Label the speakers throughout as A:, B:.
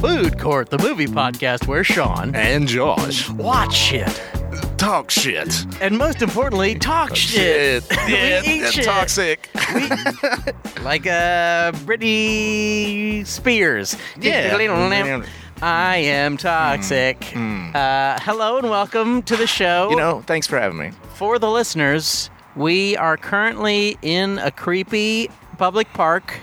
A: Red Court, the movie podcast where Sean
B: And Josh.
A: watch shit
B: Talk shit.
A: and most importantly talk shit. We
B: Yeah,
A: eat
B: yeah,
A: shit.
B: toxic.
A: like uh, Britney Spears.
B: Yeah.
A: I am toxic. Uh, hello and welcome to the show.
B: Mm, You know, thanks for having me.
A: for the listeners, we are currently in a creepy public park.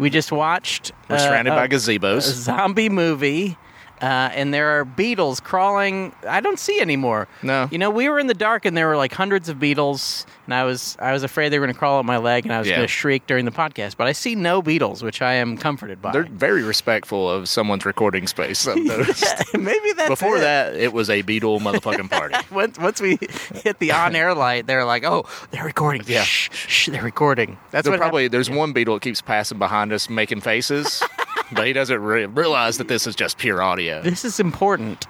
A: We just watched
B: We're
A: uh,
B: surrounded
A: a-
B: by
A: a
B: gazebos.
A: zombie movie. Uh, and there are beetles crawling. I don't see anymore.
B: No.
A: you know we were in the dark, and there were like hundreds of beetles, and I was I was afraid they were going to crawl up my leg, and I was
B: Yeah.
A: going to shriek during the podcast. But I see no beetles, which I am comforted by.
B: They're very respectful of someone's recording space. I've noticed.
A: Maybe that's
B: Before
A: it.
B: that, it was a beetle motherfucking party.
A: Once, once we hit the on-air light, they're like, "Oh, they're recording.
B: Yeah.
A: Shh, shh, they're recording." That's
B: There
A: what happened.
B: probably there's one beetle that keeps passing behind us making faces, but he doesn't re- realize that this is just pure audio.
A: this is important.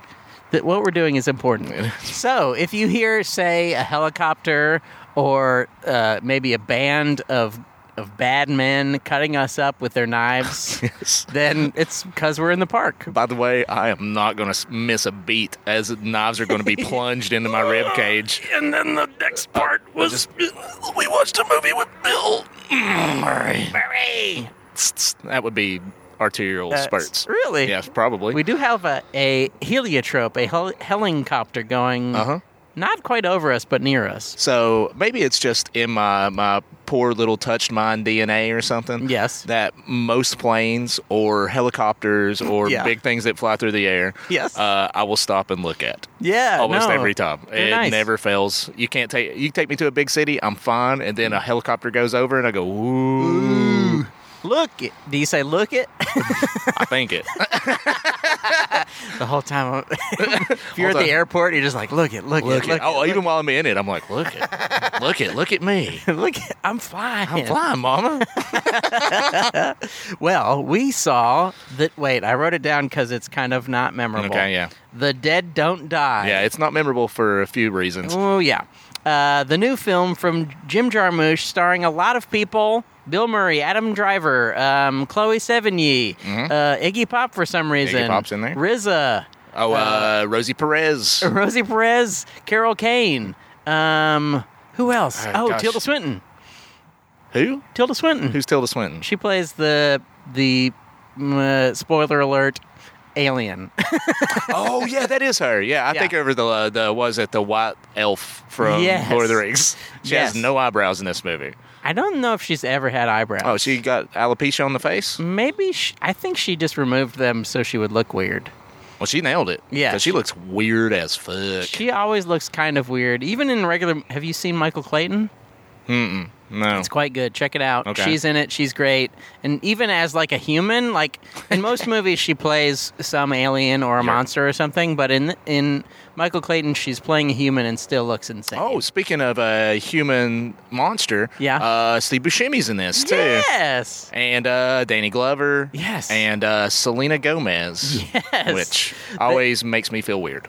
A: That what we're doing is important. so if you hear, say, a helicopter or uh, maybe a band of of bad men cutting us up with their knives, then it's because we're in the park.
B: By the way, I am not going to miss a beat as knives are going to be plunged into my rib cage.
A: And then the next part was
B: we watched a movie with Bill Murray.
A: Murray.
B: That would be arterial spurts.
A: Really?
B: Yes, probably.
A: We do have a, a heliotrope, a hel- helicopter going
B: Uh-huh.
A: not quite over us, but near us.
B: so maybe it's just in my my poor little touched mind DNA or something.
A: Yes.
B: That most planes or helicopters or
A: Yeah.
B: big things that fly through the air.
A: Yes.
B: Uh, I will stop and look at.
A: Yeah.
B: Almost
A: no.
B: every time.
A: They're
B: it
A: nice.
B: never fails. You can't take you take me to a big city, I'm fine, and then a helicopter goes over and I go, Ooh.
A: Look it. Do you say look it?
B: I think it.
A: the whole time. if you're at
B: Hold
A: the
B: on.
A: airport, you're just like, look it, look,
B: Look
A: it,
B: at
A: look
B: oh,
A: it,
B: even while I'm in it, I'm like, look at, look at, look at me.
A: look it, I'm flying.
B: I'm flying, mama.
A: Well, we saw that. Wait, I wrote it down because it's kind of not memorable.
B: Okay, yeah.
A: The Dead Don't Die.
B: Yeah, it's not memorable for a few reasons.
A: Oh yeah. Uh, the new film from Jim Jarmusch, starring a lot of people: Bill Murray, Adam Driver, um, Chloe Sevigny, uh, Iggy Pop for some reason,
B: Mm-hmm. Pop's in there.
A: RZA,
B: Oh, uh, Rosie Perez.
A: Rosie Perez, Carol Kane, um, who else?
B: Oh,
A: oh,
B: gosh.
A: Tilda Swinton.
B: Who?
A: Tilda Swinton.
B: Who's Tilda Swinton?
A: She plays the the mm, uh, spoiler alert alien.
B: oh, yeah, that is her. Yeah, I
A: Yeah.
B: think over the uh, the was it the white elf from
A: Yes.
B: Lord of the Rings. She
A: Yes.
B: has no eyebrows in this movie.
A: I don't know if she's ever had eyebrows.
B: Oh, she got alopecia on the face.
A: maybe sh I think she just removed them so she would look weird.
B: Well, she nailed it.
A: Yeah.
B: 'Cause she looks weird as fuck.
A: She always looks kind of weird, even in regular. Have you seen Michael Clayton?
B: no,
A: It's quite good. Check it out.
B: Okay.
A: She's in it. She's great. And even as like a human, like in most movies, she plays some alien or a monster or something. But in in Michael Clayton, she's playing a human and still looks insane.
B: Oh, speaking of a human monster,
A: Yeah.
B: uh, Steve Buscemi's in this too.
A: yes.
B: and uh, Danny Glover.
A: Yes.
B: And uh, Selena Gomez.
A: Yes.
B: Which always makes me feel weird.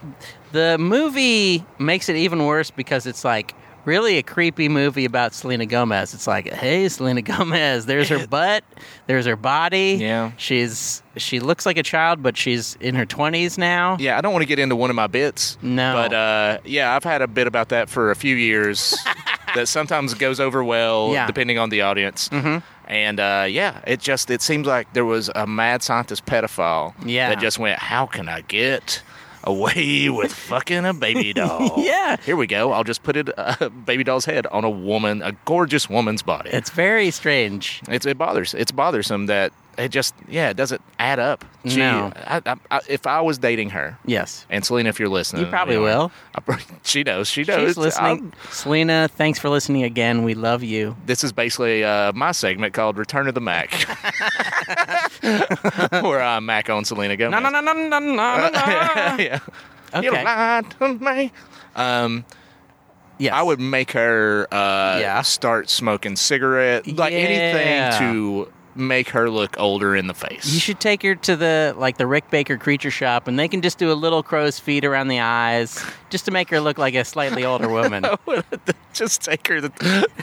A: The movie makes it even worse because it's like really a creepy movie about Selena Gomez. It's like, hey, Selena Gomez, there's her butt, there's her body.
B: Yeah.
A: she's she looks like a child, but she's in her twenties now.
B: Yeah, I don't want to get into one of my bits.
A: No.
B: But uh, yeah, I've had a bit about that for a few years that sometimes goes over well
A: Yeah.
B: depending on the audience. Mm-hmm. And uh, yeah, it just it seems like there was a mad scientist pedophile
A: Yeah.
B: that just went, How can I get away with fucking a baby doll?
A: Yeah.
B: Here we go. I'll just put it a baby doll's head on a woman, a gorgeous woman's body.
A: It's very strange.
B: It's it bothers. It's bothersome that it just yeah, it doesn't add up.
A: No.
B: I, I, I, if I was dating her,
A: Yes.
B: and Selena, if you're listening,
A: You probably
B: know,
A: will.
B: I prob- she knows. She knows.
A: She's listening.
B: I'm-
A: Selena, thanks for listening again. We love you.
B: this is basically uh, my segment called "Return of the Mac," where I Mac on Selena Gomez.
A: No, no, no, no, no, no, no.
B: yeah. You
A: Okay.
B: lied to me. Um,
A: Yes.
B: I would make her uh,
A: Yeah.
B: start smoking cigarette, like
A: Yeah.
B: anything to make her look older in the face.
A: You should take her to the like the Rick Baker Creature Shop, and they can just
B: Oh.
A: do a little crow's feet around the eyes, just to make her look like a slightly older woman.
B: just take her to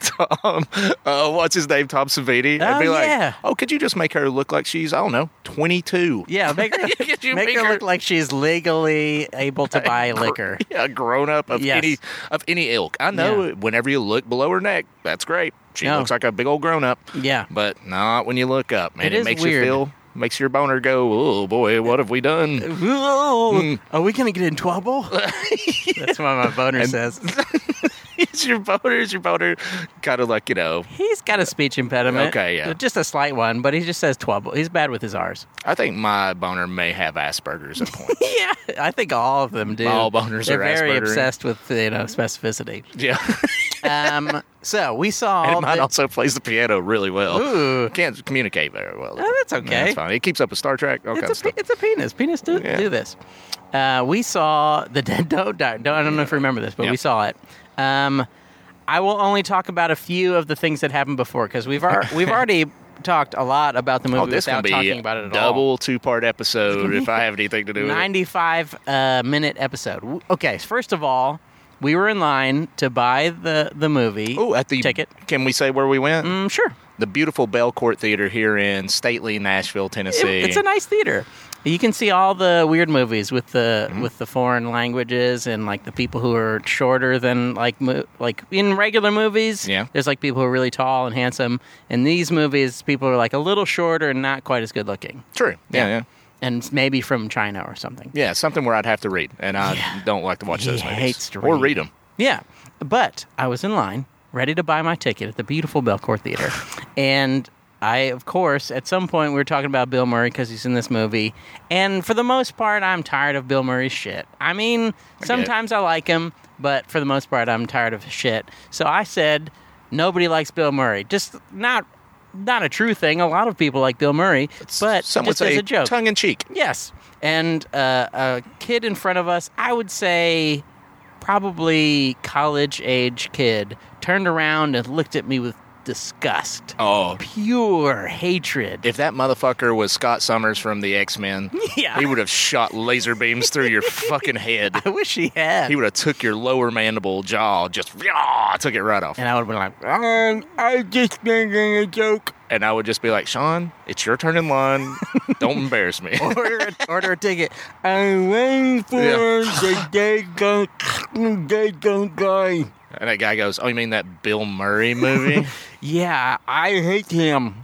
B: Tom, uh, what's his name, Tom Savini, and
A: Oh,
B: be like,
A: yeah.
B: oh, could you just make her look like she's, I don't know, 22?
A: Yeah, make her,
B: Could you
A: make
B: make
A: her
B: her-
A: look like she's legally able to buy liquor.
B: Yeah, grown up of
A: Yes.
B: any of any ilk. I know
A: Yeah.
B: whenever you look below her neck, that's great. She
A: No.
B: looks like a big old grown up.
A: Yeah.
B: But not when you look up, man.
A: It
B: It,
A: is
B: makes
A: weird.
B: you feel makes your boner go, Oh boy, what have we done?
A: Whoa, Are we going to get in trouble? That's what my boner
B: And-
A: says.
B: is your boner is your boner kind of like, you know,
A: He's got a speech impediment.
B: Okay, yeah.
A: Just a slight one, but he just says twubble. He's bad with his R's.
B: I think my boner may have Asperger's at points.
A: Yeah. I think all of them do.
B: All boners
A: They're
B: are
A: very
B: Asperger.
A: obsessed with, you know, specificity.
B: yeah.
A: Um, so we saw
B: and
A: all
B: mine
A: the-
B: also plays the piano really well.
A: Ooh.
B: Can't communicate very well.
A: Oh, that's okay.
B: That's fine. It keeps up with Star Trek, all kinds
A: it's
B: of
A: a,
B: stuff.
A: pe- it's a penis. Penis do,
B: Yeah.
A: do this. Uh, we saw the dead don't, die. don't I don't know if you remember this, but we
B: Yep.
A: saw it. Um, I will only talk about a few of the things that happened before because we've ar- we've already talked a lot about the movie
B: Oh, this
A: without
B: can be
A: talking about it at all.
B: double two part episode if I have anything to do with it.
A: Ninety-five uh, minute episode. W- Okay, so first of all, we were in line to buy the the movie.
B: Oh, at the
A: ticket.
B: Can we say where we went?
A: Mm, sure.
B: The beautiful Bell Court Theater here in stately Nashville,
A: It-
B: Tennessee.
A: it's a nice theater. You can see all the weird movies with the
B: Mm-hmm.
A: with the foreign languages and like the people who are shorter than like mo- like in regular movies.
B: Yeah.
A: there's like people who are really tall and handsome. In these movies, people are like a little shorter and not quite as good looking,
B: True. Yeah, yeah, yeah.
A: and maybe from China or something.
B: something where I'd have to read, and I don't like to watch
A: He
B: those movies
A: hates to
B: or
A: read.
B: read them.
A: Yeah, but I was in line, ready to buy my ticket at the beautiful Belcourt Theater, and I, of course, at some point we were talking about Bill Murray because he's in this movie, and for the most part, I'm tired of Bill Murray's shit. I mean, sometimes I like him, but for the most part, I'm tired of his shit. So I said, nobody likes Bill Murray. Just not. Not a true thing. A lot of people like Bill Murray, but
B: some would
A: just as
B: say
A: a joke.
B: tongue in cheek.
A: Yes. And uh, a kid in front of us, I would say probably college age kid, turned around and looked at me with disgust.
B: Oh,
A: Pure hatred.
B: if that motherfucker was Scott Summers from the X Men,
A: Yeah.
B: he would have shot laser beams through your fucking head.
A: I wish he had.
B: He would have took your lower mandible jaw, just yeah, took it right off.
A: and I would have been like, um, I'm just making a joke.
B: And I would just be like, Sean, it's your turn in line. Don't embarrass me.
A: Order a, order a ticket. I'm waiting for the day don't, day don't die.
B: And that guy goes, Oh, you mean that Bill Murray movie?
A: Yeah, I hate him.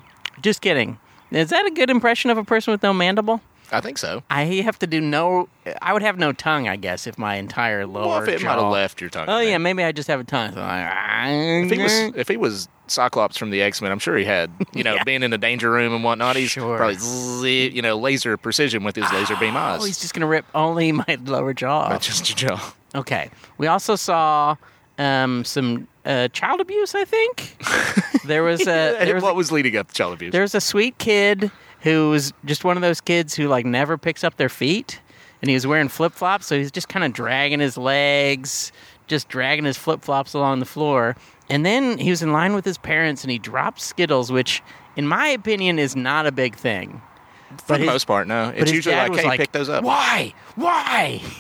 A: Just kidding. Is that a good impression of a person with no mandible?
B: I think so.
A: I have to do no. I would have no tongue, I guess, if my entire lower
B: Well, if it might
A: jaw-
B: have left your tongue.
A: Oh
B: in
A: yeah,
B: there.
A: maybe I just have a tongue. So I'm
B: If
A: like,
B: he was if he was Cyclops from the X Men, I'm sure he had you know
A: Yeah.
B: being in the danger room and whatnot. He's
A: Sure.
B: probably zi- you know laser precision with his laser beam eyes.
A: Oh, he's just gonna rip only my lower jaw.
B: Not just your jaw.
A: Okay. We also saw um, some uh, child abuse. I think there was a
B: And
A: there was a
B: what was leading up to child abuse?
A: There's a sweet kid who's just one of those kids who like never picks up their feet, and he was wearing flip flops, so he's just kind of dragging his legs, just dragging his flip flops along the floor. And then he was in line with his parents, and he dropped Skittles, which, in my opinion, is not a big thing.
B: For
A: but
B: the
A: his-
B: most part, no.
A: but
B: It's
A: his
B: usually
A: dad
B: like,
A: was
B: hey,
A: like,
B: pick those up.
A: Why? Why?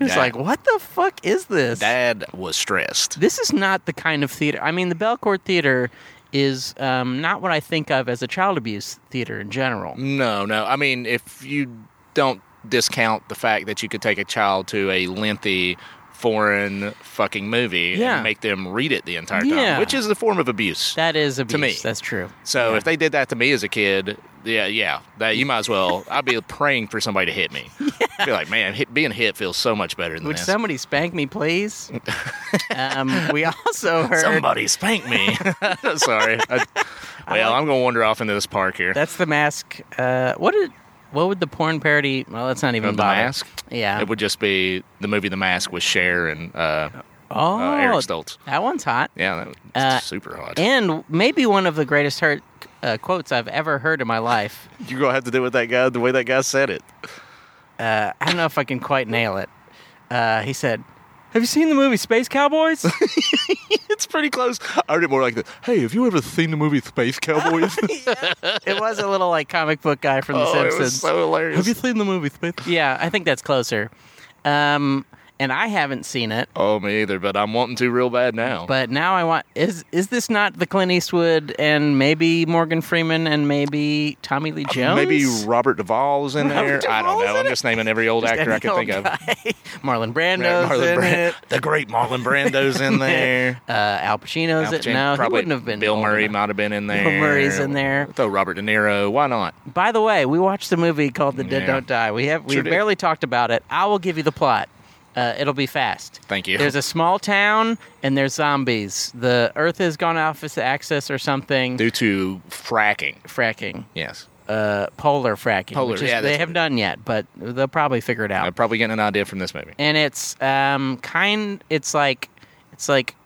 A: It's
B: Yeah.
A: like, what the fuck is this?
B: Dad was stressed.
A: this is not the kind of theater. I mean, the Belcourt Theater is um, not what I think of as a child abuse theater in general.
B: No, no. I mean, if you don't discount the fact that you could take a child to a lengthy foreign fucking movie
A: Yeah.
B: and make them read it the entire time,
A: Yeah.
B: which is a form of abuse.
A: That is abuse.
B: me.
A: That's true.
B: So if they did that to me as a kid, yeah, yeah, that you might as well. I'd be praying for somebody to hit me. I'd be like, man, hit, being hit feels so much better than
A: Would
B: this.
A: somebody spank me, please? um, we also heard
B: somebody spank me. Sorry. I, well, I'm gonna wander off into this park here.
A: that's the mask. Uh, what did? What would the porn parody? Well, that's not even
B: Of The
A: bother.
B: Mask?
A: Yeah.
B: it would just be the movie The Mask with Cher and uh,
A: oh,
B: uh, Eric Stoltz.
A: that one's hot.
B: Yeah, that was
A: Uh,
B: super hot.
A: And maybe one of the greatest hurt, uh, quotes I've ever heard in my life.
B: You're gonna have to do with that guy the way that guy said it.
A: Uh, I don't know if I can quite nail it. Uh, he said, "Have you seen the movie Space Cowboys?"
B: It's pretty close. I heard it more like the Hey, have you ever seen the movie Space Cowboys?
A: it was a little like comic book guy from The
B: oh, it
A: Simpsons.
B: was so hilarious.
A: seen the movie Space? Yeah, I think that's closer. Um, and I haven't seen it.
B: Oh, me either, but I'm wanting to real bad now.
A: But now I want is is this not the Clint Eastwood and maybe Morgan Freeman and maybe Tommy Lee Jones?
B: Maybe Robert Duvall's in
A: Robert
B: there. I don't
A: Duvall's
B: know.
A: in
B: I'm
A: it?
B: just naming every old actor I can think of.
A: of. Marlon Brando's
B: Marlon
A: in
B: Brand-
A: it.
B: The great Marlon Brando's in there.
A: Uh, Al Pacino's
B: Al
A: it.
B: Pacino,
A: No, he
B: probably
A: wouldn't have been.
B: Bill
A: old
B: Murray
A: enough.
B: might have been in there.
A: Murray's in there.
B: Throw Robert De Niro. Why not?
A: By the way, we watched the movie called The Dead
B: Yeah.
A: Don't Die. We have we
B: Sure did.
A: barely talked about it. I will give you the plot. Uh, it'll be fast.
B: Thank you.
A: There's a small town and there's zombies. The Earth has gone off its axis or something.
B: Due to fracking.
A: Fracking,
B: Yes.
A: uh, polar fracking,
B: Polar,
A: which is,
B: yeah, that's
A: they
B: what
A: have
B: it
A: done yet, but they'll probably figure it out.
B: I'm probably getting an idea from this movie.
A: and it's um kind it's like it's like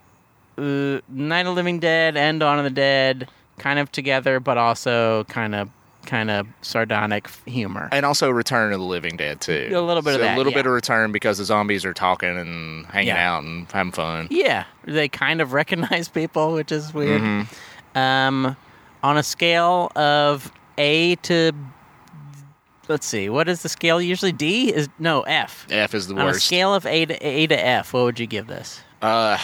A: uh, Night of the Living Dead and Dawn of the Dead kind of together but also kind of kind of sardonic f- humor.
B: And also Return of the Living Dead too.
A: A little bit of
B: So
A: that,
B: A little
A: yeah.
B: bit of Return because the zombies are talking and hanging
A: Yeah.
B: out and having fun.
A: yeah, they kind of recognize people, which is weird. Um on a scale of A to let's see, what is the scale usually D is no F.
B: F is the
A: On a
B: worst.
A: scale of A to A to F, what would you give this?
B: Uh,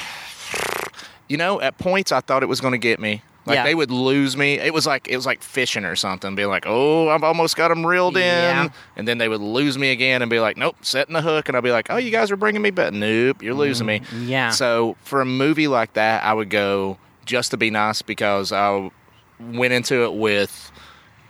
B: you know, at points I thought it was going to get me. Like
A: Yeah.
B: they would lose me. It was like it was like fishing or something. Be like, oh, I've almost got them reeled in,
A: Yeah.
B: and then they would lose me again and be like, nope, setting the hook, and I'd be like, oh, you guys are bringing me back. Nope, you're losing me.
A: Mm, yeah.
B: So for a movie like that, I would go just to be nice because I went into it with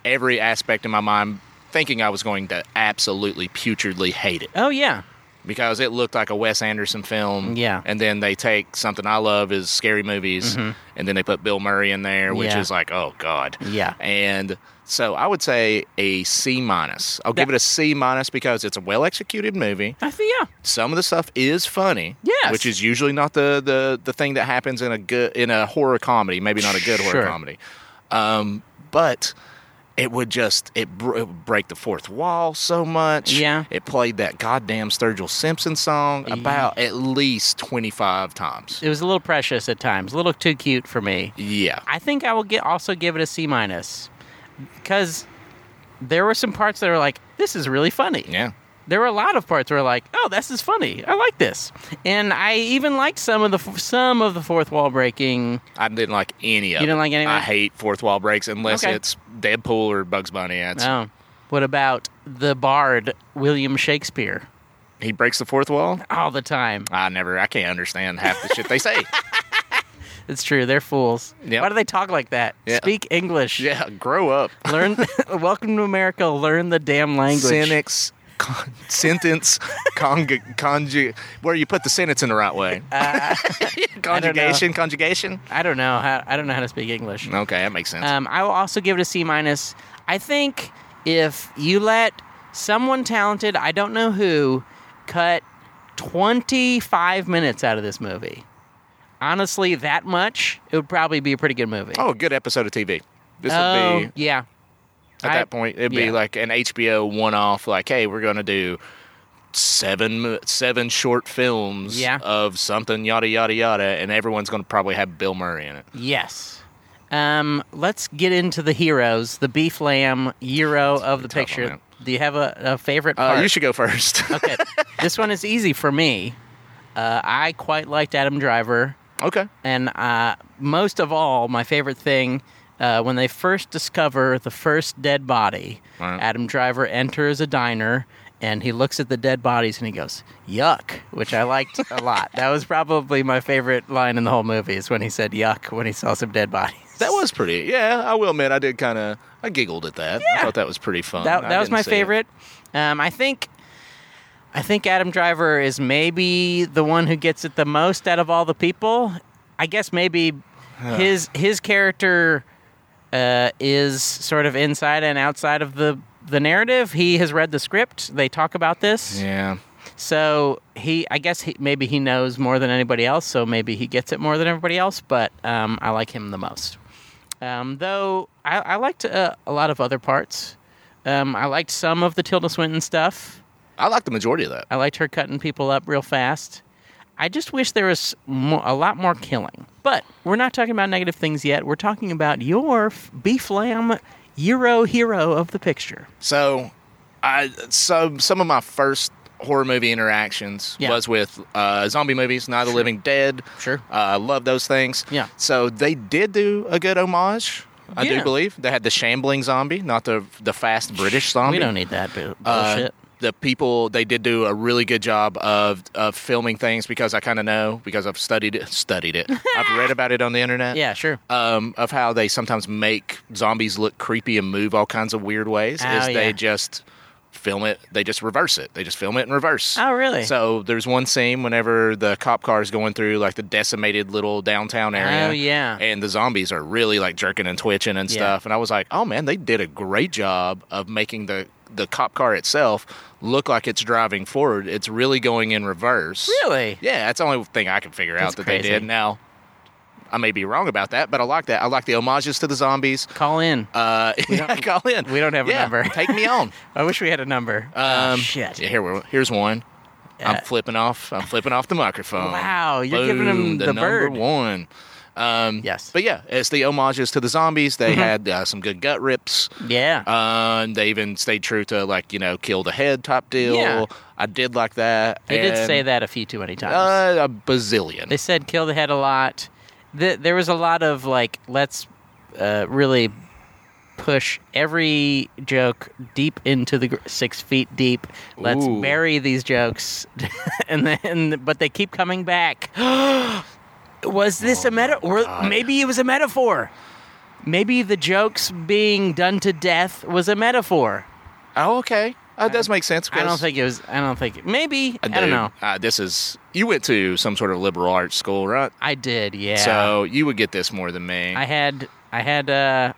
B: every aspect in my mind thinking I was going to absolutely putridly hate it
A: Oh yeah.
B: because it looked like a Wes Anderson film.
A: Yeah. Mm-hmm.
B: And then they take something I love is scary movies, and then they put Bill Murray in there, which
A: Yeah.
B: is like, oh god.
A: Yeah.
B: And so I would say a C minus. I'll give
A: That-
B: it a C minus because it's a well executed movie.
A: I think yeah.
B: Some of the stuff is funny.
A: Yes.
B: Which is usually not the the, the thing that happens in a good in a horror comedy. Maybe not a good
A: Sure.
B: horror comedy. Um, but it would just it, br- it would break the fourth wall so much.
A: Yeah.
B: It played that goddamn Sturgill Simpson song about at least twenty five times.
A: it was a little precious at times, a little too cute for me.
B: Yeah.
A: I think I will get also give it a C minus because there were some parts that were like, this is really funny.
B: Yeah.
A: There were a lot of parts where like, oh, this is funny. I like this, and I even liked some of the f- some of the fourth wall breaking.
B: I didn't like any of
A: You didn't
B: it.
A: like any of
B: I
A: it?
B: hate fourth wall breaks unless
A: Okay.
B: it's Deadpool or Bugs Bunny. It's,
A: Oh, what about the bard William Shakespeare
B: He breaks the fourth wall.
A: all the time?
B: I never. I can't understand half the shit they say.
A: It's true, they're fools.
B: Yep.
A: Why do they talk like that?
B: Yeah.
A: Speak English.
B: Yeah, grow up.
A: Learn. Welcome to America. Learn the damn language.
B: Sentence, con- sentence, conju- conju- where you put the sentence in the right way.
A: Uh,
B: conjugation, conjugation.
A: I don't know how. I don't know how to speak English.
B: Okay, that makes sense.
A: Um, I will also give it a C minus. I think if you let someone talented, I don't know who, cut twenty five minutes out of this movie, honestly, that much, it would probably be a pretty good movie.
B: oh, a good episode of TV. This
A: Oh,
B: would be
A: yeah,
B: at
A: I-
B: that point. It'd
A: yeah.
B: be like an HBO one-off. Like, hey, we're gonna do seven mo- seven short films
A: Yeah.
B: of something yada yada yada, and everyone's gonna probably have Bill Murray in it.
A: yes. Um, let's get into the heroes, the beef lamb hero of the
B: tough one,
A: picture.
B: man.
A: Do you have a, a favorite
B: Uh,
A: part?
B: You should go first.
A: okay. This one is easy for me. Uh, I quite liked Adam Driver,
B: okay.
A: and uh, most of all, my favorite thing uh, when they first discover the first dead body,
B: Right.
A: Adam Driver enters a diner. And he looks at the dead bodies and he goes, "Yuck," which I liked a lot. That was probably my favorite line in the whole movie is when he said "yuck" when he saw some dead bodies.
B: That was pretty. Yeah, I will admit I did kind of. I giggled at that. I thought that was pretty fun.
A: that,
B: I
A: that was
B: didn't
A: my
B: see it.
A: favorite. Um, I think I think Adam Driver is maybe the one who gets it the most out of all the people. I guess maybe his his character uh, is sort of inside and outside of the the narrative. He has read the script. They talk about this,
B: Yeah.
A: so he I guess he, maybe he knows more than anybody else. So maybe he gets it more than everybody else. But um, I like him the most. Um, though I, I liked uh, a lot of other parts. Um, I liked some of the Tilda Swinton stuff.
B: I like the majority of that.
A: I liked her cutting people up real fast. I just wish there was mo- a lot more killing. But we're not talking about negative things yet. We're talking about your f- beef lamb Euro hero of the picture.
B: So, I some some of my first horror movie interactions
A: Yeah.
B: was with uh, zombie movies, Night of the Living Dead.
A: Sure.
B: Uh, love those things.
A: Yeah.
B: So they did do a good homage. I
A: Yeah.
B: do believe they had the shambling zombie, not the the fast British zombie.
A: We don't need that bu-
B: Uh,
A: bullshit.
B: the people they did do a really good job of of filming things because I kind of know because I've studied it, studied it. I've read about it on the internet.
A: yeah, sure.
B: Um, of how they sometimes make zombies look creepy and move all kinds of weird ways
A: Oh,
B: is they
A: yeah.
B: just film it. They just reverse it. They just film it in reverse.
A: Oh, really?
B: So there's one scene whenever the cop car is going through like the decimated little downtown area.
A: Oh, yeah.
B: And the zombies are really like jerking and twitching and
A: Yeah.
B: stuff. And I was like, oh man, they did a great job of making the the cop car itself look like it's driving forward. It's really going in reverse.
A: Really?
B: Yeah, that's the only thing I can figure
A: That's
B: out that
A: crazy.
B: they did. Now, I may be wrong about that, but I like that. I like the homages to the zombies.
A: Call in.
B: Uh, call in.
A: we don't have a
B: Yeah,
A: number.
B: take me on.
A: I wish we had a number. oh,
B: Um,
A: shit.
B: yeah, Here, we're- here's one.
A: Uh,
B: I'm flipping off. I'm flipping off the microphone.
A: Wow, you're giving
B: Boom,
A: him the
B: number
A: bird.
B: one. Um,
A: Yes.
B: but yeah, it's the homages to the zombies. They
A: Mm-hmm.
B: had uh, some good gut rips.
A: Yeah.
B: Um, they even stayed true to like you know kill the head type deal.
A: Yeah.
B: I did like that.
A: they did say
B: and,
A: that a few too many times.
B: uh, a bazillion.
A: they said kill the head a lot. Th- there was a lot of like, let's uh, really push every joke deep into the gr- six feet deep. Let's
B: Ooh.
A: bury these jokes, and then but they keep coming back. was this a metaphor?
B: Oh God.
A: Maybe it was a metaphor. Maybe the jokes being done to death was a metaphor.
B: Oh, okay. That does make sense.
A: I don't
B: 'cause-
A: think it was. I don't think maybe. I, don't
B: Dude,
A: know.
B: Uh, this is you went to some sort of liberal arts school, right?
A: I did. Yeah.
B: So you would get this more than me.
A: I had I had uh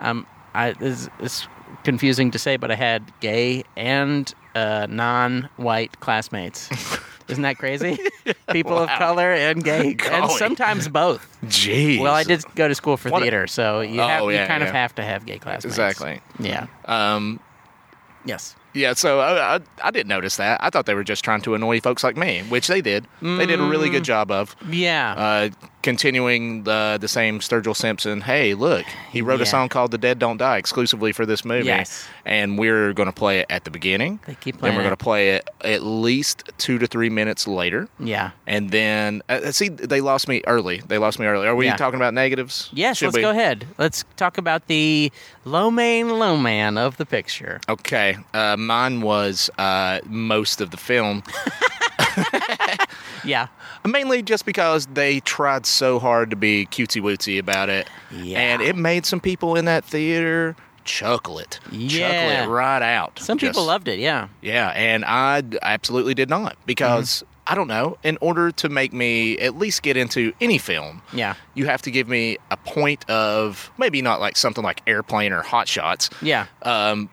A: um I this it's confusing to say, but I had gay and uh non-white classmates. Isn't that crazy? People of
B: Wow.
A: color and gay, and
B: Golly.
A: sometimes both.
B: Jeez.
A: Well, I did go to school for
B: What a-
A: theater, so you
B: Oh,
A: have, you
B: yeah,
A: kind of
B: yeah.
A: have to have gay classmates.
B: Exactly.
A: Yeah.
B: Um,
A: Yes.
B: yeah, so I, I, I didn't notice that. I thought they were just trying to annoy folks like me, which they did. They did a really
A: Mm.
B: good job of.
A: Yeah.
B: Uh, continuing the the same Sturgill Simpson. Hey, look, he wrote
A: Yeah.
B: a song called "The Dead Don't Die" exclusively for this movie.
A: Yes.
B: and we're going to play it at the beginning.
A: They keep
B: Then
A: playing
B: we're
A: it.
B: going to play it at least two to three minutes later.
A: yeah.
B: And then, uh, see, they lost me early. They lost me early. Are we
A: Yeah.
B: talking about negatives?
A: Yes,
B: Should
A: let's
B: we?
A: go ahead. Let's talk about the low main low man of the picture.
B: Okay. Uh, mine was uh, most of the film,
A: Yeah.
B: mainly just because they tried so hard to be cutesy wootsy about it.
A: Yeah.
B: And it made some people in that theater chuckle it.
A: Yeah.
B: Chuckle it right out.
A: Some people
B: Just-
A: loved it, yeah.
B: Yeah, and I d- absolutely did not because
A: Mm-hmm.
B: I don't know. In order to make me at least get into any film,
A: Yeah.
B: you have to give me a point of maybe not like something like Airplane or Hot Shots,
A: Yeah.
B: um,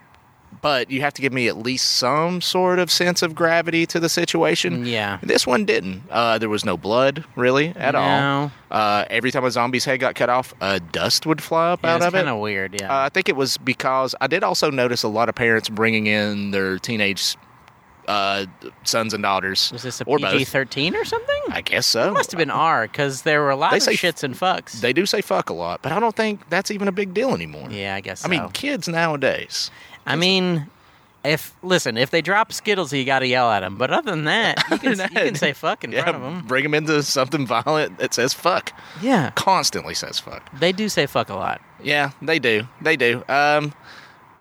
B: but you have to give me at least some sort of sense of gravity to the situation.
A: Mm, Yeah.
B: This one didn't. Uh, there was no blood really at
A: No.
B: all. Uh, every time a zombie's head got cut off, uh, dust would fly up out
A: it's
B: of it.
A: kind of weird. Yeah.
B: Uh, I think it was because I did also notice a lot of parents bringing in their teenage uh, sons and daughters.
A: was this a
B: or
A: PG
B: both.
A: thirteen or something?
B: I guess so.
A: must have been R because there were a lot
B: They
A: of
B: say-
A: shits and fucks.
B: They do say fuck a lot, but I don't think that's even a big deal anymore.
A: yeah, I guess.
B: I mean,
A: so.
B: kids nowadays.
A: I mean, if listen, if they drop Skittles, you got to yell at them. But other than that, you can,
B: than
A: you can
B: that-
A: say fuck in front of
B: Yeah,
A: them.
B: bring them into something violent that says fuck.
A: Yeah,
B: Constantly says fuck.
A: they do say fuck a lot.
B: Yeah, they do. They do. Um,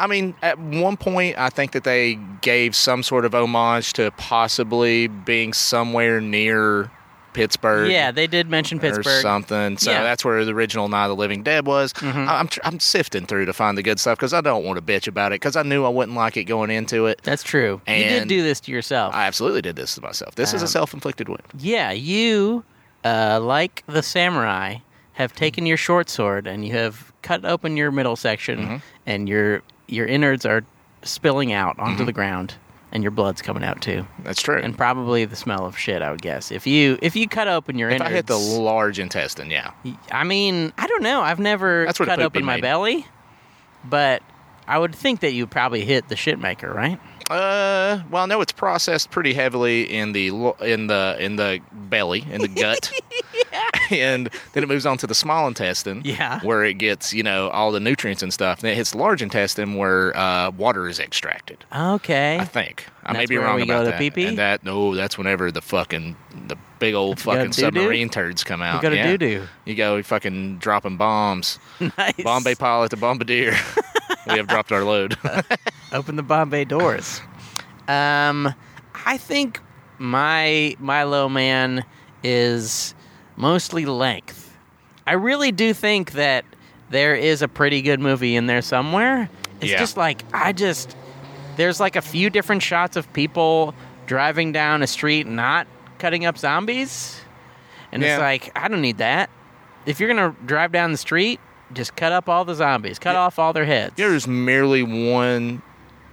B: I mean, at one point, I think that they gave some sort of homage to possibly being somewhere near Pittsburgh.
A: Yeah, they did mention
B: or
A: Pittsburgh.
B: something. So
A: Yeah. Mm-hmm.
B: that's where the original Night of the Living Dead was. I- I'm tr- I'm sifting through to find the good stuff because I don't want to bitch about it because I knew I wouldn't like it going into it.
A: That's true. you did
B: And-
A: do this to yourself.
B: I absolutely did this to myself. This is a
A: Um,
B: self inflicted wound.
A: yeah, you, uh, like the samurai,
B: Mm-hmm.
A: have taken your short sword and you have cut open your middle section,
B: Mm-hmm.
A: and your your innards are spilling out onto
B: Mm-hmm.
A: the ground, and your blood's coming out too,
B: That's true.
A: and probably the smell of shit. I would guess if you if you cut open your
B: if I
A: innards,
B: hit the large intestine, yeah,
A: I mean, I don't know. I've never
B: That's where the
A: cut
B: poop
A: open
B: be
A: my
B: made.
A: belly, but I would think that you probably hit the shit maker, right?
B: Uh, well, I know it's processed pretty heavily in the lo- in the in the belly in the gut. and then it moves on to the small intestine,
A: Yeah.
B: where it gets you know all the nutrients and stuff. And it hits large intestine where uh, water is extracted.
A: Okay.
B: I think I may
A: that's
B: be
A: where
B: wrong
A: we go
B: about
A: to
B: that.
A: pee-pee?
B: And that no, that's whenever the fucking the big old
A: go
B: fucking
A: doo-doo?
B: submarine turds come out.
A: go to
B: yeah.
A: doo-doo.
B: You go fucking dropping bombs.
A: nice.
B: Bombay pilot to bombardier. we have dropped our load.
A: Open the Bombay doors. um, I think my Milo man is mostly length. I really do think that there is a pretty good movie in there somewhere. It's
B: Yeah.
A: just like I just there's like a few different shots of people driving down a street not cutting up zombies. And
B: Yeah.
A: it's like, I don't need that. If you're gonna drive down the street, just cut up all the zombies. Cut off all their heads.
B: There's merely one.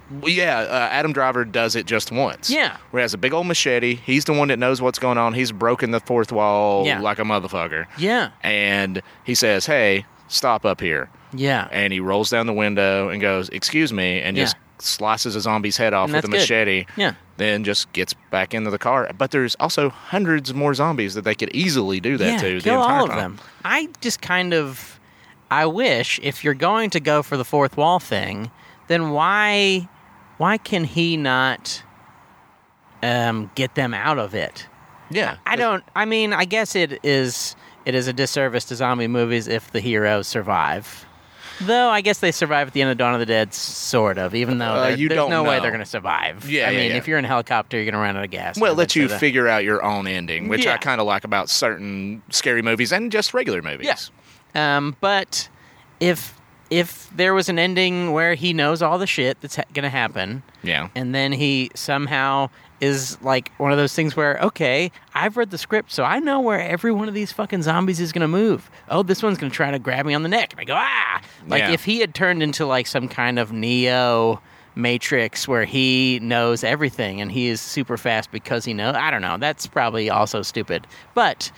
B: well, Yeah, uh, Adam Driver does it just once.
A: Yeah.
B: where he has a big old machete. He's the one that knows what's going on. He's broken the fourth wall
A: Yeah.
B: like a motherfucker.
A: yeah.
B: And he says, "Hey, stop up here."
A: Yeah.
B: And he rolls down the window and goes, "Excuse me," and
A: Yeah.
B: just slices a zombie's head off
A: And
B: with a
A: that's good.
B: machete.
A: Yeah.
B: Then just gets back into the car. But there's also hundreds more zombies that they could easily do that
A: yeah, kill
B: to. the entire
A: all of
B: time.
A: them. I just kind of, I wish if you're going to go for the fourth wall thing, then why, why can he not, um, get them out of it?
B: Yeah,
A: I don't. I mean, I guess it is. It is a disservice to zombie movies if the heroes survive. Though I guess they survive at the end of Dawn of the Dead, sort of. Even though
B: Uh,
A: there-
B: you
A: there's
B: don't
A: no way
B: know.
A: they're going to survive.
B: Yeah,
A: I
B: yeah,
A: mean,
B: yeah.
A: if you're in a helicopter, you're going to run out of gas.
B: Well, it
A: That's
B: lets you
A: the-
B: figure out your own ending, which I
A: Yeah.
B: kind of like about certain scary movies and just regular movies.
A: Yeah. Um, but if if there was an ending where he knows all the shit that's ha- gonna happen,
B: Yeah.
A: and then he somehow is like one of those things where okay, I've read the script, so I know where every one of these fucking zombies is gonna move. Oh, this one's gonna try to grab me on the neck, and I go ah! Like
B: Yeah.
A: if he had turned into like some kind of Neo Matrix where he knows everything and he is super fast because he knows. I don't know. That's probably also stupid, but.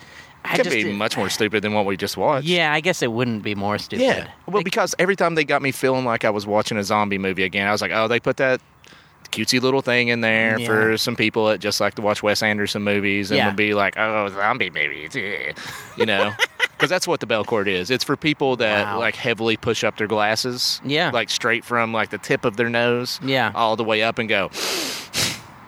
A: I
B: Could
A: just,
B: be much more stupid than what we just watched.
A: yeah, I guess it wouldn't be more stupid.
B: Yeah. Well, because every time they got me feeling like I was watching a zombie movie again, I was like, oh, they put that cutesy little thing in there
A: Yeah.
B: for some people that just like to watch Wes Anderson movies and
A: Yeah.
B: would be like, oh, zombie movies. eh," You know? Because that's what the bell cord is. It's for people that
A: Wow.
B: like heavily push up their glasses.
A: Yeah.
B: Like straight from like the tip of their nose.
A: Yeah.
B: All the way up and go.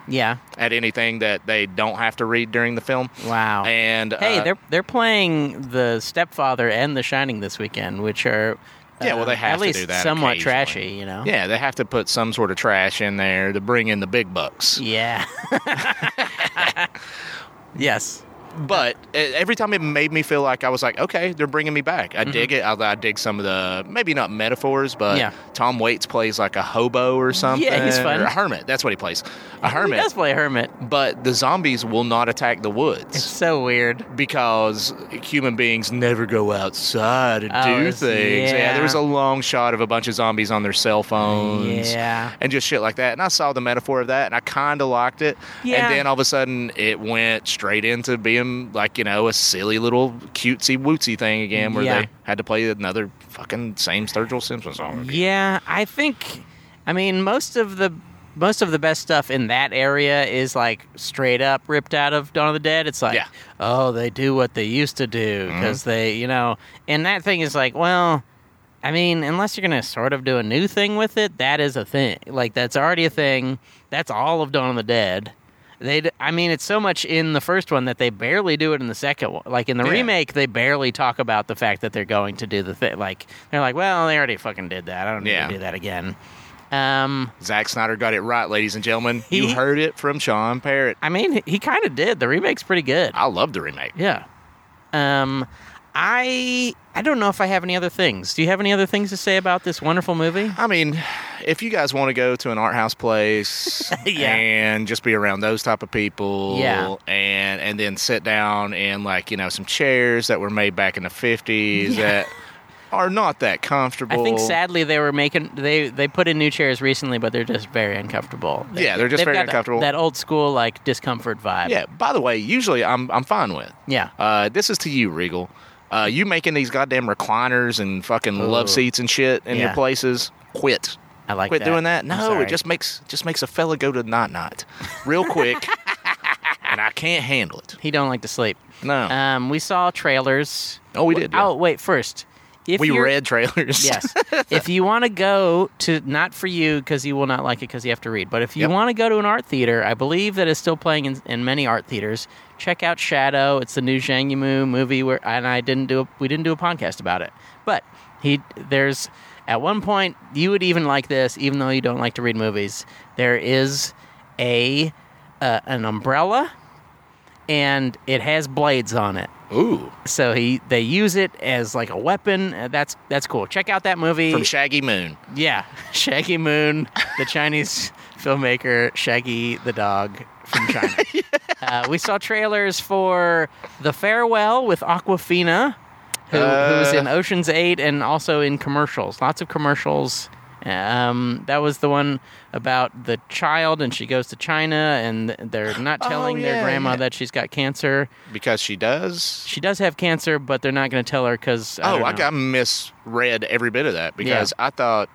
A: yeah.
B: at anything that they don't have to read during the film.
A: Wow.
B: And
A: hey,
B: uh,
A: they're they're playing the Stepfather and The Shining this weekend, which are
B: Yeah, well, they
A: uh,
B: have
A: at
B: to
A: least
B: do that
A: somewhat
B: occasionally.
A: trashy, you know.
B: yeah, they have to put some sort of trash in there to bring in the big bucks.
A: Yeah. yes.
B: But uh, every time it made me feel like I was like, okay, they're bringing me back. I
A: Mm-hmm.
B: dig it. I, I dig some of the maybe not metaphors, but
A: Yeah.
B: Tom Waits plays like a hobo or something.
A: fun.
B: Or a hermit. That's what he plays. A
A: He
B: hermit.
A: does play hermit.
B: But the zombies will not attack the woods.
A: So weird.
B: because human beings never go outside and
A: Oh,
B: do
A: it's-
B: things. Yeah.
A: yeah.
B: there was a long shot of a bunch of zombies on their cell phones.
A: Yeah.
B: And just shit like that. And I saw the metaphor of that and I kind of liked it.
A: Yeah.
B: And then all of a sudden it went straight into being like, you know, a silly little cutesy wootsy thing again where
A: Yeah.
B: they had to play another fucking same Sturgill Simpson song.
A: Yeah, I think I mean most of the most of the best stuff in that area is like straight up ripped out of Dawn of the Dead. It's like,
B: Yeah.
A: oh, they do what they used to do because they, you know, and that thing is like, well, I mean, unless you're gonna sort of do a new thing with it, that is a thing. Like that's already a thing. That's all of Dawn of the Dead. They, d- I mean, it's so much in the first one that they barely do it in the second one. Like in the
B: Yeah.
A: remake, they barely talk about the fact that they're going to do the thing. Like they're like, well, they already fucking did that. I don't need
B: Yeah.
A: to do that again. Um,
B: Zack Snyder got it right, ladies and gentlemen. you
A: He-
B: heard it from Sean Parrott.
A: I mean, he kind of did. The remake's pretty good.
B: I love the remake.
A: Yeah. Um, I I don't know if I have any other things. Do you have any other things to say about this wonderful movie?
B: I mean, if you guys want to go to an art house place
A: Yeah.
B: and just be around those type of people,
A: Yeah.
B: and and then sit down in like you know some chairs that were made back in the fifties
A: Yeah.
B: that are not that comfortable.
A: I think sadly they were making they they put in new chairs recently, but they're just very uncomfortable. They-
B: Yeah, they're just
A: they've
B: very
A: got
B: uncomfortable.
A: That old school like discomfort vibe.
B: Yeah. By the way, usually I'm I'm fine with.
A: Yeah.
B: Uh, this is to you, Regal. Uh, you making these goddamn recliners and fucking love
A: Ooh.
B: seats and shit in your
A: Yeah.
B: places? Quit.
A: I like
B: quit
A: that.
B: doing that.
A: I'm
B: No,
A: sorry.
B: it just makes just makes a fella go to knot knot real quick. and I can't handle it.
A: He don't like to sleep.
B: No.
A: Um, we saw trailers.
B: Oh, we did, yeah.
A: Oh, wait. First, if
B: we
A: you're-
B: read trailers.
A: Yes. if you want to go to not for you because you will not like it because you have to read, but if you
B: Yep.
A: want to go to an art theater, I believe that is still playing in, in many art theaters. Check out Shadow. It's the new Zhang Yimou movie where and I didn't do a, we didn't do a podcast about it, but he there's at one point you would even like this even though you don't like to read movies. There is a uh, an umbrella and it has blades on it.
B: Ooh.
A: So he they use it as like a weapon. Uh, that's that's cool. Check out that movie.
B: From Shaggy Moon.
A: yeah, Shaggy Moon, the Chinese filmmaker Shaggy the dog from China. uh, we saw trailers for The Farewell with Aquafina, who, who's
B: Uh.
A: in Ocean's Eight and also in commercials. Lots of commercials. Um, that was the one about the child, and she goes to China, and they're not
B: Oh,
A: telling
B: yeah,
A: their grandma
B: yeah.
A: that she's got cancer.
B: Because she does.
A: She does have cancer, but they're not going to tell her because
B: oh, I, got misread every bit of that because I thought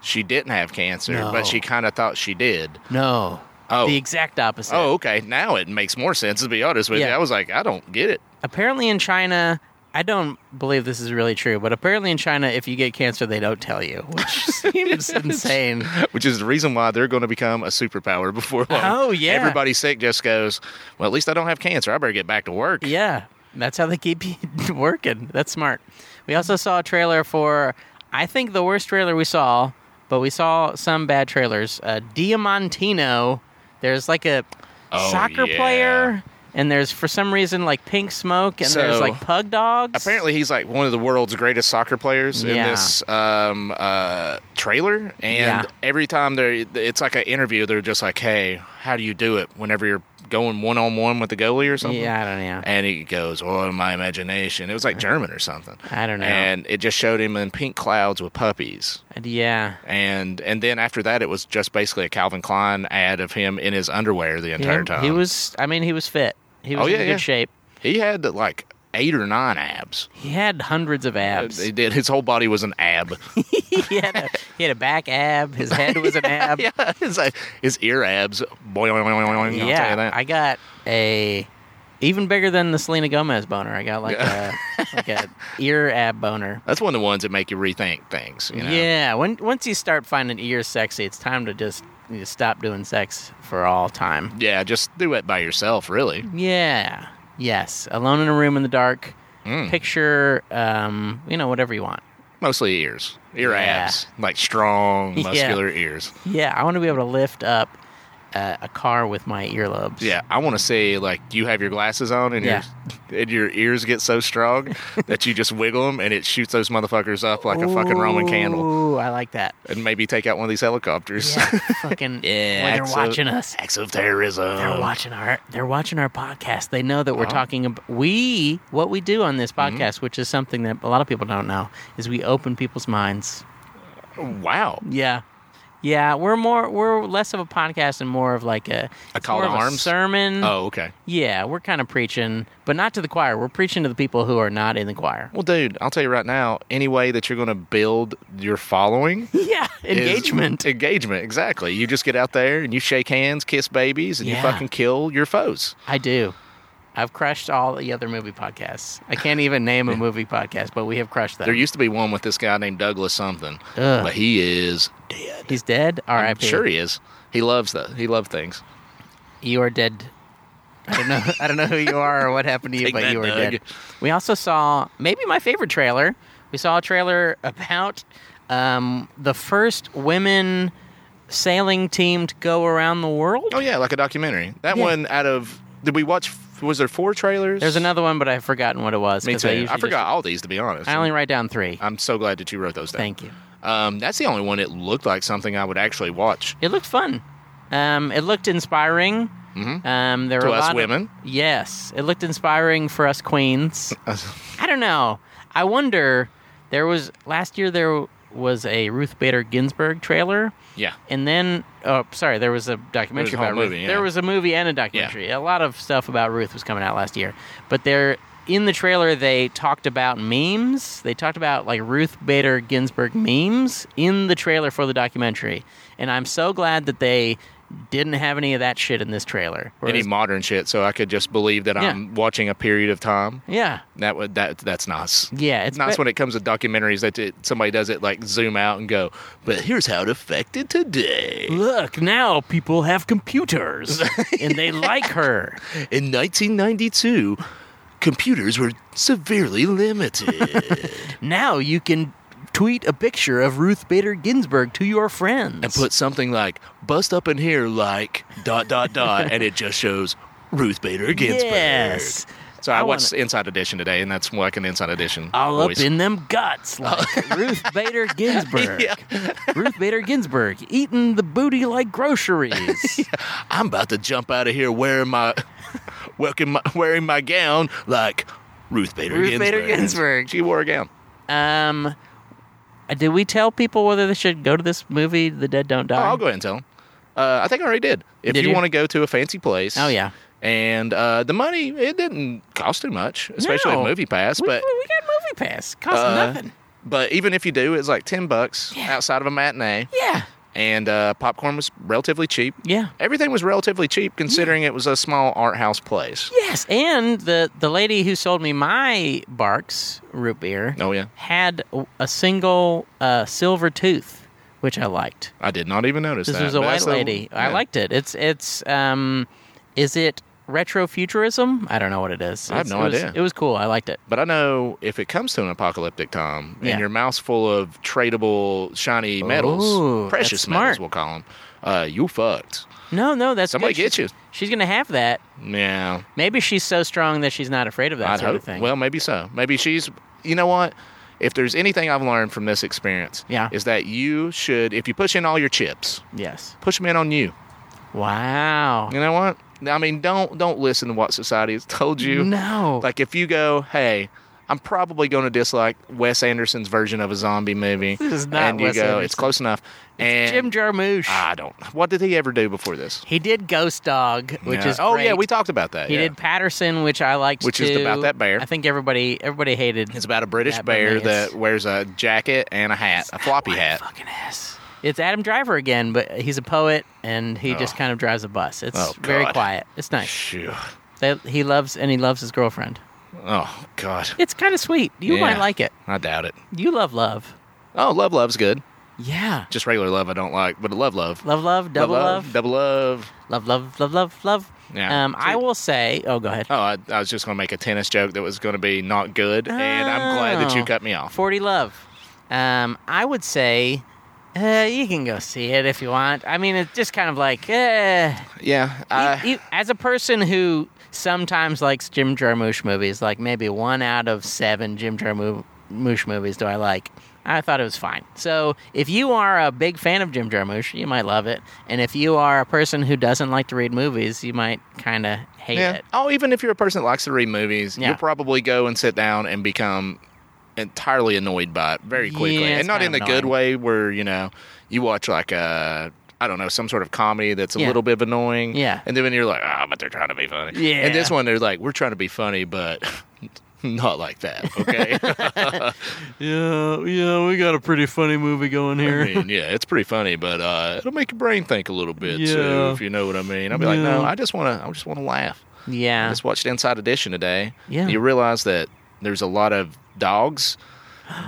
B: she didn't have cancer,
A: No.
B: but she kind of thought she did.
A: no.
B: Oh.
A: the exact opposite.
B: Oh, okay. Now it makes more sense. To be honest with you,
A: Yeah.
B: I was like, I don't get it.
A: apparently in China, I don't believe this is really true, but apparently in China, if you get cancer, they don't tell you, which seems insane.
B: Which is the reason why they're going to become a superpower before long.
A: Oh, yeah.
B: Everybody's sick just goes, well, at least I don't have cancer. I better get back to work.
A: Yeah, that's how they keep you working. That's smart. We also saw a trailer for, I think, the worst trailer we saw, but we saw some bad trailers. Uh, Diamantino. There's like a
B: Oh,
A: soccer
B: yeah.
A: player, and there's for some reason like pink smoke, and there's
B: So,
A: like pug dogs.
B: Apparently, he's like one of the world's greatest soccer players in
A: Yeah.
B: this um, uh, trailer.
A: Yeah.
B: And every time they're, it's like an interview, they're just like, hey, how do you do it whenever you're going one on one with the goalie or something?
A: yeah, I don't know.
B: And he goes, oh, in my imagination. It was like German or something.
A: I don't know.
B: And it just showed him in pink clouds with puppies.
A: yeah.
B: and and then after that it was just basically a Calvin Klein ad of him in his underwear the entire
A: Yeah,
B: time.
A: He was. I mean, he was fit. He was
B: Oh, yeah,
A: in good
B: yeah.
A: shape.
B: he had like eight or nine abs.
A: He had hundreds
B: Uh,
A: of abs.
B: He did. His whole body was an ab.
A: he, had a, he had a back ab. His head was an ab.
B: yeah, his, like, his ear abs. Boy, I'll tell you
A: Yeah,
B: that.
A: I got a even bigger than the Selena Gomez boner. I got like a like a ear ab boner.
B: That's one of the ones that make you rethink things. You know?
A: Yeah, when once you start finding ears sexy, it's time to just you just stop doing sex for all time.
B: Yeah, just do it by yourself, really.
A: Yeah. Yes. Alone in a room in the dark.
B: Mm.
A: Picture, um, you know, whatever you want.
B: Mostly ears. Ear
A: Yeah.
B: abs. Like strong,
A: Yeah.
B: muscular ears.
A: Yeah, I want to be able to lift up uh, a car with my earlobes.
B: Yeah, I want to say like you have your glasses on and your and your ears get so strong that you just wiggle them and it shoots those motherfuckers up like a fucking Roman candle
A: Ooh, I like that.
B: and maybe take out one of these helicopters.
A: Yeah, fucking.
B: Yeah,
A: when they're
B: acts of-
A: watching us.
B: Acts of terrorism.
A: They're watching our. They're watching our podcast. They know
B: Oh.
A: that we're talking. Ab- we what we do on this
B: Mm-hmm.
A: podcast, which is something that a lot of people don't know, is we open people's minds.
B: Wow.
A: Yeah, yeah. We're more. We're less of a podcast and more of like a
B: A call
A: more
B: to
A: of
B: arms?
A: sermon.
B: Oh, okay.
A: Yeah, we're kind of preaching, but not to the choir. We're preaching to the people who are not in the choir.
B: Well, dude, I'll tell you right now. Any way that you're going to build your following
A: Yeah,
B: is-
A: engagement.
B: engagement, exactly. You just get out there and you shake hands, kiss babies, and
A: Yeah.
B: you fucking kill your foes.
A: I do. I've crushed all the other movie podcasts. I can't even name a movie podcast, but we have crushed
B: There
A: them.
B: used to be one with this guy named Douglas something,
A: Ugh.
B: but he is dead.
A: He's dead.
B: I'm
A: R.I.P.
B: sure he is. He loves the he loved things.
A: you are dead. I don't know. I don't know who you are or what happened to you,
B: Take
A: but
B: that,
A: you are
B: Doug.
A: dead. We also saw maybe my favorite trailer. We saw a trailer about um, the first women sailing team to go around the world.
B: Oh yeah, like a documentary. That
A: Yeah.
B: one out of did we watch? Was there four trailers?
A: There's another one, but I've forgotten what it was.
B: Me
A: 'cause
B: too.
A: usually
B: I,
A: just-
B: forgot all these to be honest.
A: I only write down three.
B: I'm so glad that you wrote those down.
A: Thank you.
B: Um, that's the only one that looked like something I would actually watch.
A: It looked fun. Um, it looked inspiring. Um, there
B: Mm-hmm. To
A: were a
B: us
A: lot of-
B: women?
A: yes, it looked inspiring for us queens. I don't know. I wonder. There was last year. There was a Ruth Bader Ginsburg trailer,
B: yeah,
A: and then oh, sorry, there was a documentary
B: There was a whole
A: about
B: movie,
A: Ruth.
B: yeah.
A: There was a movie and a documentary. A lot of stuff about Ruth was coming out last year, but there in the trailer they talked about memes. They talked about like Ruth Bader Ginsburg memes in the trailer for the documentary, and I'm so glad that they Didn't have any of that shit in this trailer.
B: Any
A: Whereas-
B: modern shit, so I could just believe that
A: Yeah.
B: I'm watching a period of time.
A: yeah,
B: That would that that's nice.
A: yeah,
B: It's
A: it's
B: nice
A: ba-
B: when it comes to documentaries that it, somebody does it like zoom out and go, but here's how it affected today
A: Look, now people have computers and they like her.
B: in 1992. Computers were severely limited,
A: Now you can tweet a picture of Ruth Bader Ginsburg to your friends.
B: and put something like "bust up in here" like dot dot dot, and it just shows Ruth Bader Ginsburg.
A: Yes.
B: So I,
A: I
B: watched Inside Edition today, and that's like an Inside Edition.
A: all
B: voice.
A: up in them
B: Oh.
A: guts, like Ruth Bader Ginsburg. Ruth Bader Ginsburg eating the booty like groceries.
B: I'm about to jump out of here wearing my, wearing my, wearing my gown like Ruth Bader
A: Ruth
B: Ginsburg.
A: Bader Ginsburg.
B: She wore a gown.
A: Um, did we tell people whether they should go to this movie, The Dead Don't
B: Oh,
A: Die?
B: I'll go ahead and tell them. Uh, I think I already did. If
A: Did
B: you,
A: you?
B: want to go to a fancy place,
A: Oh, yeah.
B: and uh, the money it didn't cost too much, especially
A: No.
B: at Movie Pass.
A: We,
B: But
A: we got movie pass. Cost
B: uh,
A: nothing.
B: but even if you do, it's like ten bucks
A: Yeah.
B: outside of a matinee,
A: Yeah.
B: and uh, popcorn was relatively cheap.
A: Yeah.
B: Everything was relatively cheap considering it was a small art house place.
A: Yes, and the the lady who sold me my Barks root beer
B: Oh yeah,
A: had a- a single uh, silver tooth, which I liked.
B: I did not even notice
A: This
B: that.
A: was a white
B: That's
A: lady. I
B: yeah.
A: liked it. It's it's um, is it retrofuturism? I don't know what it is.
B: I have
A: It's-
B: no
A: it was-
B: idea.
A: It was cool. I liked it.
B: But I know if it comes to an apocalyptic time
A: Yeah.
B: and your mouth's full of tradable shiny metals,
A: Ooh,
B: precious
A: that's smart.
B: metals, we'll call them, uh, you fucked.
A: No, no, that's
B: Somebody
A: good.
B: get you.
A: She's gonna have that.
B: Yeah,
A: Maybe she's so strong that she's not afraid of that
B: I'd
A: sort
B: hope.
A: of thing.
B: Well, maybe so. Maybe she's. You know what? If there's anything I've learned from this experience,
A: Yeah.
B: is that you should, if you push in all your chips,
A: yes.
B: push them in on you.
A: Wow.
B: You know what? I mean, don't don't listen to what society has told you.
A: No.
B: Like if you go, hey, I'm probably going to dislike Wes Anderson's version of a zombie movie.
A: This is not
B: And you
A: Wes
B: go,
A: Anderson.
B: it's close enough. and
A: Jim Jarmusch.
B: I don't. What did he ever do before this?
A: He did Ghost Dog, which
B: Yeah.
A: is
B: oh yeah,
A: great.
B: we talked about that.
A: He
B: yeah.
A: did Patterson, which I liked
B: Which
A: too.
B: is about that bear.
A: I think everybody everybody hated
B: It's about a British
A: that
B: bear
A: movie. It's-
B: that wears a jacket and a hat, a floppy hat.
A: fucking ass. It's Adam Driver again, but he's a poet and he just kind of drives a bus. It's
B: Oh,
A: very
B: God.
A: quiet. It's nice.
B: Phew.
A: They, he loves and he loves his girlfriend.
B: Oh God,
A: It's kind of sweet. You
B: Yeah.
A: might like it.
B: I doubt it.
A: You love love.
B: Oh, love, love's good.
A: Yeah.
B: Just regular love, I don't like, but love, love,
A: Love love double love.
B: double love.
A: Love love love love love.
B: Yeah.
A: Um I
B: Sweet.
A: will say, oh go ahead.
B: Oh, I, I was just going to make a tennis joke that was going to be not good, and I'm glad that you
A: Oh.
B: cut me off.
A: 40 Love. Um, I would say uh, you can go see it if you want. I mean, it's just kind of like, eh.
B: Yeah,
A: You-
B: I,
A: you- as a person who sometimes likes Jim Jarmusch movies, like maybe one out of seven Jim Jarmusch movies do I like. I thought it was fine. So if you are a big fan of Jim Jarmusch, you might love it. And if you are a person who doesn't like to read movies, you might kind of hate
B: yeah.
A: it.
B: Oh, even if you're a person that likes to read movies,
A: Yeah.
B: you'll probably go and sit down and become entirely annoyed by it very quickly,
A: Yeah, it's
B: and not
A: kind
B: in the
A: of
B: good
A: annoying.
B: way where you know you watch like a. I don't know, some sort of comedy that's a
A: Yeah.
B: little bit annoying.
A: Yeah.
B: And then when you're like, ah, but they're trying to be funny.
A: Yeah.
B: And this one, they're like, we're trying to be funny, but not like that. Okay.
A: Yeah, yeah, we got a pretty funny movie going
B: I mean, yeah, it's pretty funny, but uh, it'll make your brain think a little bit too,
A: Yeah.
B: if you know what I mean. I'll be like, no,
A: Yeah.
B: I just want to, I just want to laugh. I
A: Yeah.
B: just watched Inside Edition today.
A: Yeah.
B: You realize that there's a lot of dogs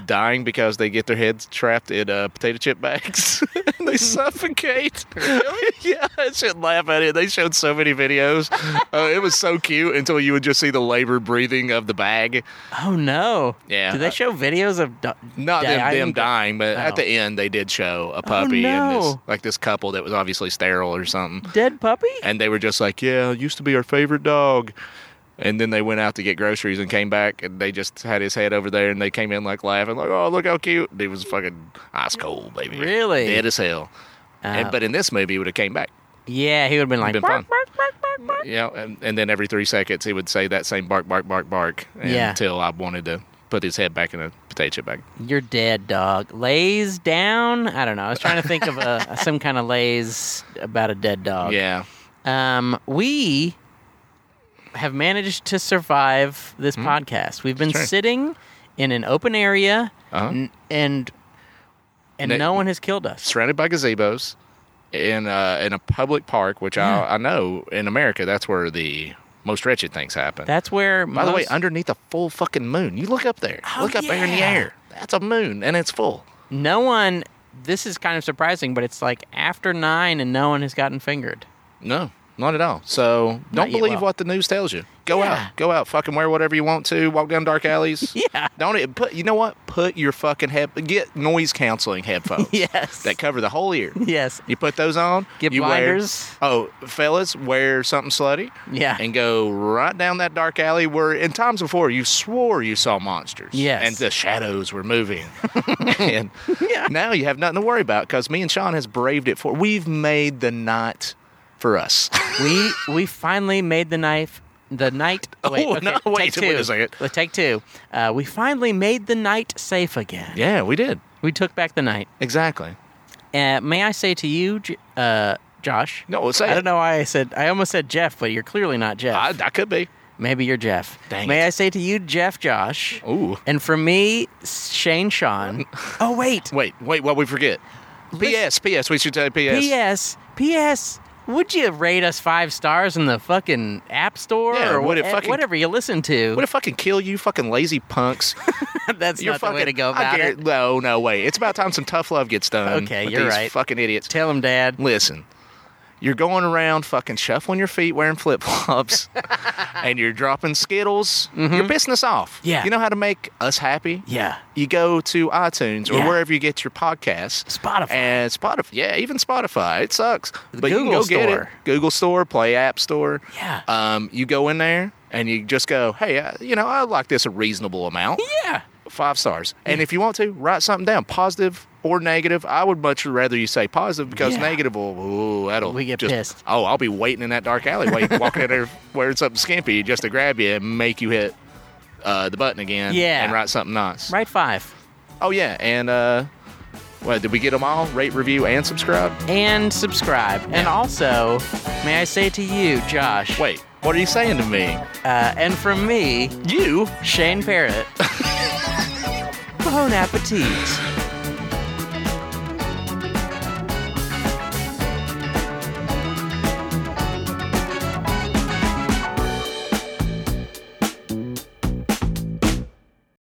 B: dying because they get their heads trapped in uh, potato chip bags and they suffocate. Really? yeah, I should laugh at it. They showed so many videos. uh, it was so cute until you would just see the labor breathing of the bag.
A: Oh no!
B: Yeah.
A: Do they show videos of do-
B: Not them,
A: dying?
B: them dying, but at
A: Oh.
B: the end they did show a puppy and this
A: no.
B: like this couple that was obviously sterile or something.
A: dead puppy?
B: and they were just like, "Yeah, it used to be our favorite dog." And then they went out to get groceries and came back, and they just had his head over there, and they came in like laughing, like, "Oh, look how cute!" And he was fucking ice cold, baby,
A: Really?
B: dead as hell. and,
A: Oh.
B: but in this movie, he would have came back,
A: Yeah, he would have been like.
B: been
A: "Bark,
B: fun.
A: bark, bark, bark, bark."
B: you know. And, and then every three seconds, he would say that same bark, bark, bark, bark,
A: Yeah.
B: until I wanted to put his head back in a potato chip bag.
A: You're dead, dog. Lays down. I don't know. I was trying to think of a some kind of lays about a dead dog.
B: Yeah,
A: Um, we have managed to survive this podcast. We've been
B: Hmm. Sure.
A: sitting in an open area,
B: Uh-huh.
A: n- and and
B: Ne-
A: no one has killed us.
B: surrounded by gazebos, in a, in a public park, which I, I know in America, that's where the most wretched things happen.
A: That's where.
B: By the way,
A: most-
B: underneath a full fucking moon, you look up there.
A: Oh,
B: look up there in the
A: yeah.
B: air. That's a moon, and it's full.
A: no one. This is kind of surprising, but it's like after nine, and no one has gotten fingered.
B: No, not at all. So
A: Not
B: don't
A: yet,
B: believe
A: well.
B: what the news tells you. Go
A: Yeah.
B: out, go out, fucking wear whatever you want to. Walk down dark alleys.
A: Yeah.
B: Don't it put. You know what? Put your fucking head. Get noise canceling headphones.
A: Yes.
B: That cover the whole ear.
A: yes.
B: You put those on.
A: Get
B: you wear-
A: blinders.
B: oh, fellas, wear something slutty.
A: Yeah.
B: And go right down that dark alley where, in times before, you swore you saw monsters.
A: Yes.
B: And the shadows were moving. and
A: Yeah.
B: now you have nothing to worry about because me and Sean has braved it for. We've made the night for us.
A: we we finally made the knife. The night. Wait.
B: Oh,
A: okay,
B: no, wait,
A: Take two.
B: wait a second.
A: Let's take two. Uh, we finally made the night safe again.
B: yeah, we did.
A: We took back the night.
B: Exactly.
A: Uh, may I say to you, J- uh, Josh?
B: No, say
A: I
B: it.
A: don't know why I said. I almost said Jeff, but you're clearly not Jeff.
B: I, I could be.
A: Maybe you're Jeff.
B: Dang
A: May
B: it.
A: I say to you, Jeff Josh?
B: Ooh.
A: And for me, Shane Sean. Oh, wait.
B: Wait, wait, what we forget. P.S. P.S. We should say P.S.
A: P.S. P.S. Would you rate us five stars in the fucking App Store
B: Yeah,
A: or
B: would it
A: wha-
B: fucking-
A: whatever you listen to?
B: What if I can kill you, fucking lazy punks?
A: That's
B: You're
A: not
B: fucking
A: the way to go
B: I
A: about
B: guarant-
A: it.
B: No, no way. It's about time some tough love gets done.
A: Okay,
B: with
A: you're
B: these
A: right.
B: Fucking idiots.
A: Tell him, Dad.
B: Listen, you're going around fucking shuffling your feet, wearing flip flops, and you're dropping skittles. Your business off.
A: Mm-hmm. Yeah.
B: You know how to make us happy.
A: Yeah.
B: You go to iTunes or
A: Yeah.
B: wherever you get your podcasts.
A: Spotify.
B: And Spotify, yeah, even Spotify, it sucks. But you can go
A: Google
B: get it.
A: Store.
B: Google Store, Play App Store.
A: Yeah.
B: Um, you go in there and you just go, hey, I, you know, I like this a reasonable amount,
A: yeah.
B: five stars. And if you want to, write something down, positive or negative. I would much rather you say positive because
A: Yeah.
B: negative will, ooh, that'll
A: We get
B: just-
A: pissed.
B: Oh, I'll be waiting in that dark alleyway, walking in there wearing something skimpy just to grab you and make you hit uh, the button again.
A: Yeah.
B: and write something nice.
A: Right five.
B: Oh yeah, and uh, what did we get them all? Rate, review, and subscribe.
A: And subscribe. And also, may I say to you, Josh?
B: Wait, what are you saying to me?
A: Uh, and from me,
B: You
A: Shane Parrott. bon appetit.